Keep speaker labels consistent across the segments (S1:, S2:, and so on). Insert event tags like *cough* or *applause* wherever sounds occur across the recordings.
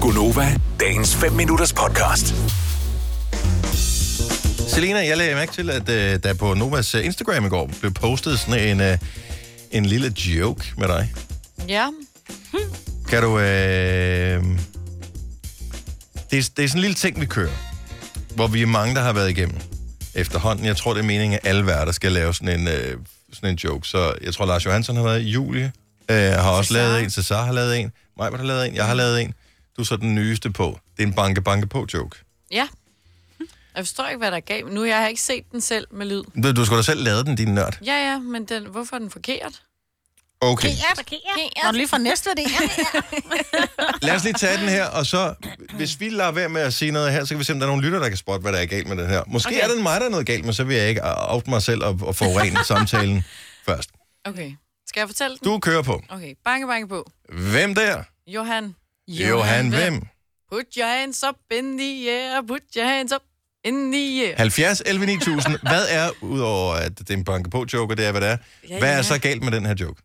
S1: Gunova, dagens 5 minutters podcast.
S2: Selina, jeg lagde mærke til, at øh, der på Novas øh, Instagram i går blev postet sådan en, øh, en lille joke med dig.
S3: Ja.
S2: Kan du... Øh, det, er, det er sådan en lille ting, vi kører, hvor vi er mange, der har været igennem efterhånden. Jeg tror, det er meningen, at alle værter skal lave sådan en, øh, sådan en joke. Så jeg tror, Lars Johansson har været i Julie. Øh, har også
S3: Cesar.
S2: lavet en. Cesar har lavet en. Majbert har lavet en. Jeg har lavet en. Du er så den nyeste på. Det er en banke-banke-på-joke.
S3: Ja. Jeg forstår ikke, hvad der gav. Nu jeg har ikke set den selv med lyd.
S2: Du, du skulle da selv lave den, din nørd.
S3: Ja, ja, men den, hvorfor er den forkert?
S2: Okay.
S3: Forkert.
S4: Når du lige fra næste det
S2: Lad os lige tage den her, og så, hvis vi lader være med at sige noget her, så kan vi se, om der er nogle lytter, der kan spotte, hvad der er galt med den her. Måske okay.
S3: Okay.
S2: er det mig, der er noget galt med, så vil jeg ikke oute mig selv og, og forurene samtalen først.
S3: Okay. Skal jeg fortælle den?
S2: Du kører på.
S3: Okay. Banke, banke på.
S2: Hvem der?
S3: Johan.
S2: Johan, hvem?
S3: Put your hands up in the air. Put your hands up in the air.
S2: 70, 11, 9000. Hvad er, udover at det er en banke på joke, og det er, hvad det er,
S3: Ja,
S2: hvad er
S3: ja.
S2: så galt med den her joke?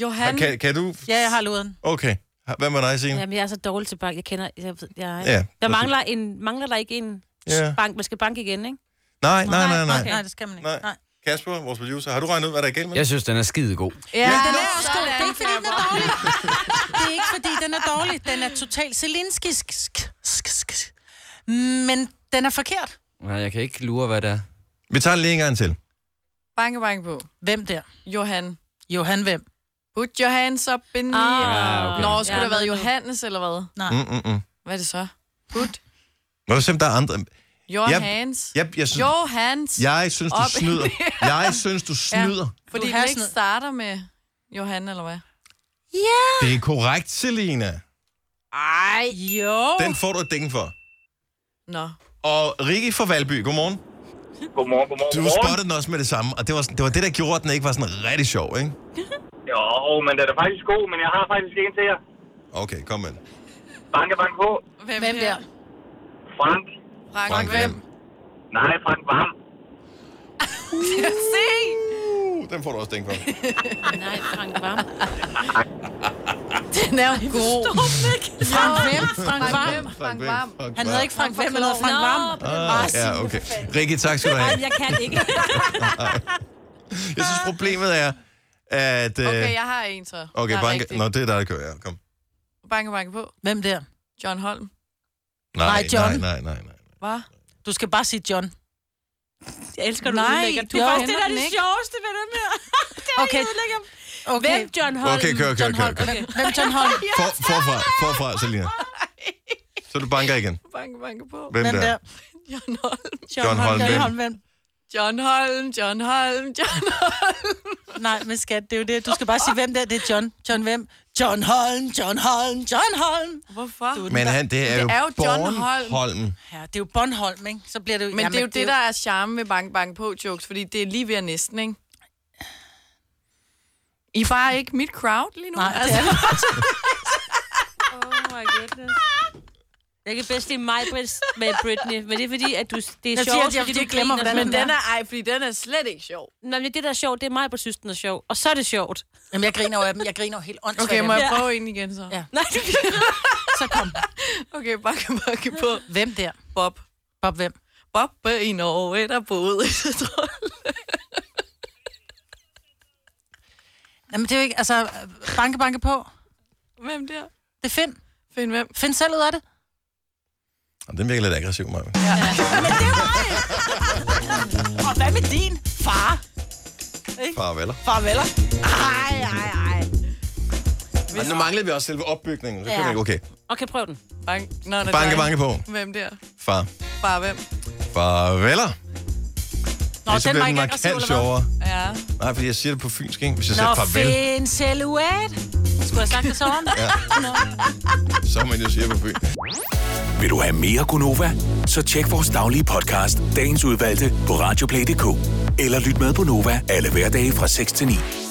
S3: Johan.
S2: Kan, kan du?
S4: Ja, jeg har luden.
S2: Okay. Hvad med dig, Signe?
S5: Jamen, jeg er så dårlig til bank. Jeg kender... Jeg, ved- jeg,
S2: Ja,
S5: ja,
S2: præcis.
S5: der mangler, en, mangler der ikke en
S2: Ja.
S5: ja. bank. Man skal banke igen, ikke?
S2: Nej, nej, nej, nej.
S4: Okay. Nej, det skal man ikke.
S2: Nej.
S4: Nej. Nej.
S2: Kasper, vores producer, har du regnet ud, hvad der er galt med den?
S6: Jeg synes, den er skide god.
S3: Ja,
S4: Den er også god. Det er ikke, fordi den er dårlig. Det er ikke, fordi den er dårlig. Den er totalt selinskisk. Men den er forkert.
S6: Nej, jeg kan ikke lure, hvad det er.
S2: Vi tager den lige en gang til.
S3: Banke, banke på.
S4: Hvem der?
S3: Johan.
S4: Johan hvem?
S3: Put your hands up in the
S5: Ah,
S3: air.
S6: Ja, okay.
S3: Nå, skulle
S5: Ja.
S3: det have været Johannes, eller hvad?
S2: Mm, mm, mm.
S3: Hvad er det så? Put
S2: Nå, hvis der er andre...
S3: your
S2: Jeg-
S3: hands.
S2: Jeg, jeg synes,
S3: Johans.
S2: Jeg synes,
S3: Op.
S2: du
S4: *laughs*
S2: snyder. Jeg synes, du snyder.
S3: Fordi
S4: Du
S3: den
S4: har
S3: ikke
S4: sådan-
S3: starter med Johan, eller hvad?
S2: Ja. Det er korrekt, Selina.
S4: Ej, jo.
S2: Den får du et ding for.
S3: Nå.
S2: Og Rikke fra Valby, godmorgen.
S7: Godmorgen, godmorgen.
S2: Du spottede den også med det samme, og det var, sådan- det var det, der gjorde, at den ikke var sådan rigtig sjov, ikke?
S7: Jo, men den er faktisk god, men jeg har faktisk en til jer.
S2: Okay, kom med. den.
S7: Banke, banke på.
S3: Hvem,
S4: Hvem der?
S7: Frank.
S3: Frank, Frank hvem?
S7: Nej, Frank Vam.
S3: Se!
S2: Uh, den får du også ding
S4: *laughs*
S2: for.
S5: Nej, Frank Vam.
S3: *laughs* Den er god.
S4: Frank hvem? Frank Vam.
S3: Frank Vam.
S2: Frank
S4: Han
S2: Vam.
S4: hedder ikke Frank hvem, han hedder Frank
S5: Nå,
S4: Vam.
S2: Ah, ja, okay. Rikke, tak skal du
S4: *laughs*
S2: have.
S5: jeg kan ikke. *laughs*
S2: Jeg synes, problemet er, at... øh,
S3: Okay, jeg har en så.
S2: Okay,
S3: Der er
S2: banke.
S3: rigtig.
S2: Nå, det er dig, der kører. Ja, kom.
S3: Banke, banke på.
S4: Hvem der?
S3: John Holm.
S4: Nej, John.
S2: Nej, nej, nej, nej.
S3: Hvad?
S4: Du skal bare sige John.
S5: Jeg elsker, du
S3: Nej,
S5: udlægger. Du
S4: jo.
S5: er faktisk det, der er
S3: Den
S5: det
S3: ikke.
S5: sjoveste ved dem her.
S4: Okay. Okay.
S5: Hvem, John Holm?
S2: Okay, kør, kør,
S4: John
S2: kør.
S4: Holm.
S2: kør.
S4: Hvem- Hvem John Holm?
S2: For, forfra, forfra, Selina. *laughs* Så du banker igen.
S3: Banke, banke på.
S2: Hvem,
S4: Hvem der?
S3: John Holm.
S2: John Holm,
S4: John
S2: hvem?
S4: Holm hvem?
S3: John Holm, John Holm, John
S4: Nej, men skat, det er jo det. Du skal bare sige, hvem der. Det er John. John hvem? John Holm, John Holm, John Holm.
S3: Hvorfor?
S4: Du er den
S2: Men
S4: der-
S2: han, det er,
S3: det er jo John
S2: Born
S3: Holm.
S2: Holm.
S4: Ja, det er jo Bornholm, ikke? Så bliver det jo...
S3: Men det er jo det, der er charme med banke, banke på jokes, fordi det er lige ved at næsten, ikke? I er bare ikke mit crowd lige nu. Altså,
S4: Nej, det er det.
S5: Oh my goodness. Jeg kan bedst lide mig Brits, med Britney, men det er fordi, at du, det er
S4: Jeg siger,
S5: sjovt,
S4: at jeg-
S5: fordi
S4: jeg
S5: du
S4: glemmer,
S5: griner,
S4: hvordan
S5: men
S4: den
S5: den
S3: Den
S5: er.
S3: er, ej, fordi den er slet ikke sjov.
S5: Nå, men det, der er sjovt, det er mig på synes, den er sjov. Og så er det sjovt.
S4: Jamen, jeg griner jo af dem. Jeg griner jo helt åndssvagt
S3: Okay, må
S4: af
S3: jeg
S5: Ja.
S3: prøve en igen så?
S4: Ja.
S5: Nej, du
S4: dem. Så kom.
S3: Okay, banke, banke på.
S4: Hvem der?
S3: Bob.
S4: Bob, hvem?
S3: Bob i Norge, der boede i Trolle.
S4: Jamen, det er jo ikke... Altså, banke, banke på.
S3: Hvem der?
S4: Det er Finn.
S3: Find hvem?
S4: Find selv ud af det.
S2: Jamen, Den virker lidt aggressiv, mig.
S4: Og hvad med din far?
S2: Farveler.
S4: Farveler.
S5: Ej, ej, ej.
S2: Men nu manglede vi også selve opbygningen. Så kan
S5: Ja.
S2: vi ikke, okay.
S5: Okay, prøv den.
S3: Bank. Nå, nej,
S2: Banke,
S3: nej.
S2: banke på.
S3: Hvem der?
S2: Far.
S3: Bare hvem?
S2: Farveler.
S4: Nå,
S5: Altså,
S2: Det så bliver
S4: den var
S2: den
S4: ikke aggressiv,
S2: markant
S4: eller hvad?
S2: sjovere.
S3: Ja.
S2: Nej, fordi jeg siger det på fynsk, ikke? Hvis jeg siger
S4: Nå,
S2: farvel,
S4: Finn selv ud af det. Skulle jeg have sagt det sådan?
S2: så er man jo siger på fyn.
S1: Vil du have mere Gunova? Så tjek vores daglige podcast, dagens udvalgte, på radioplay.dk. Eller lyt med på Nova alle hverdage fra 6 til 9.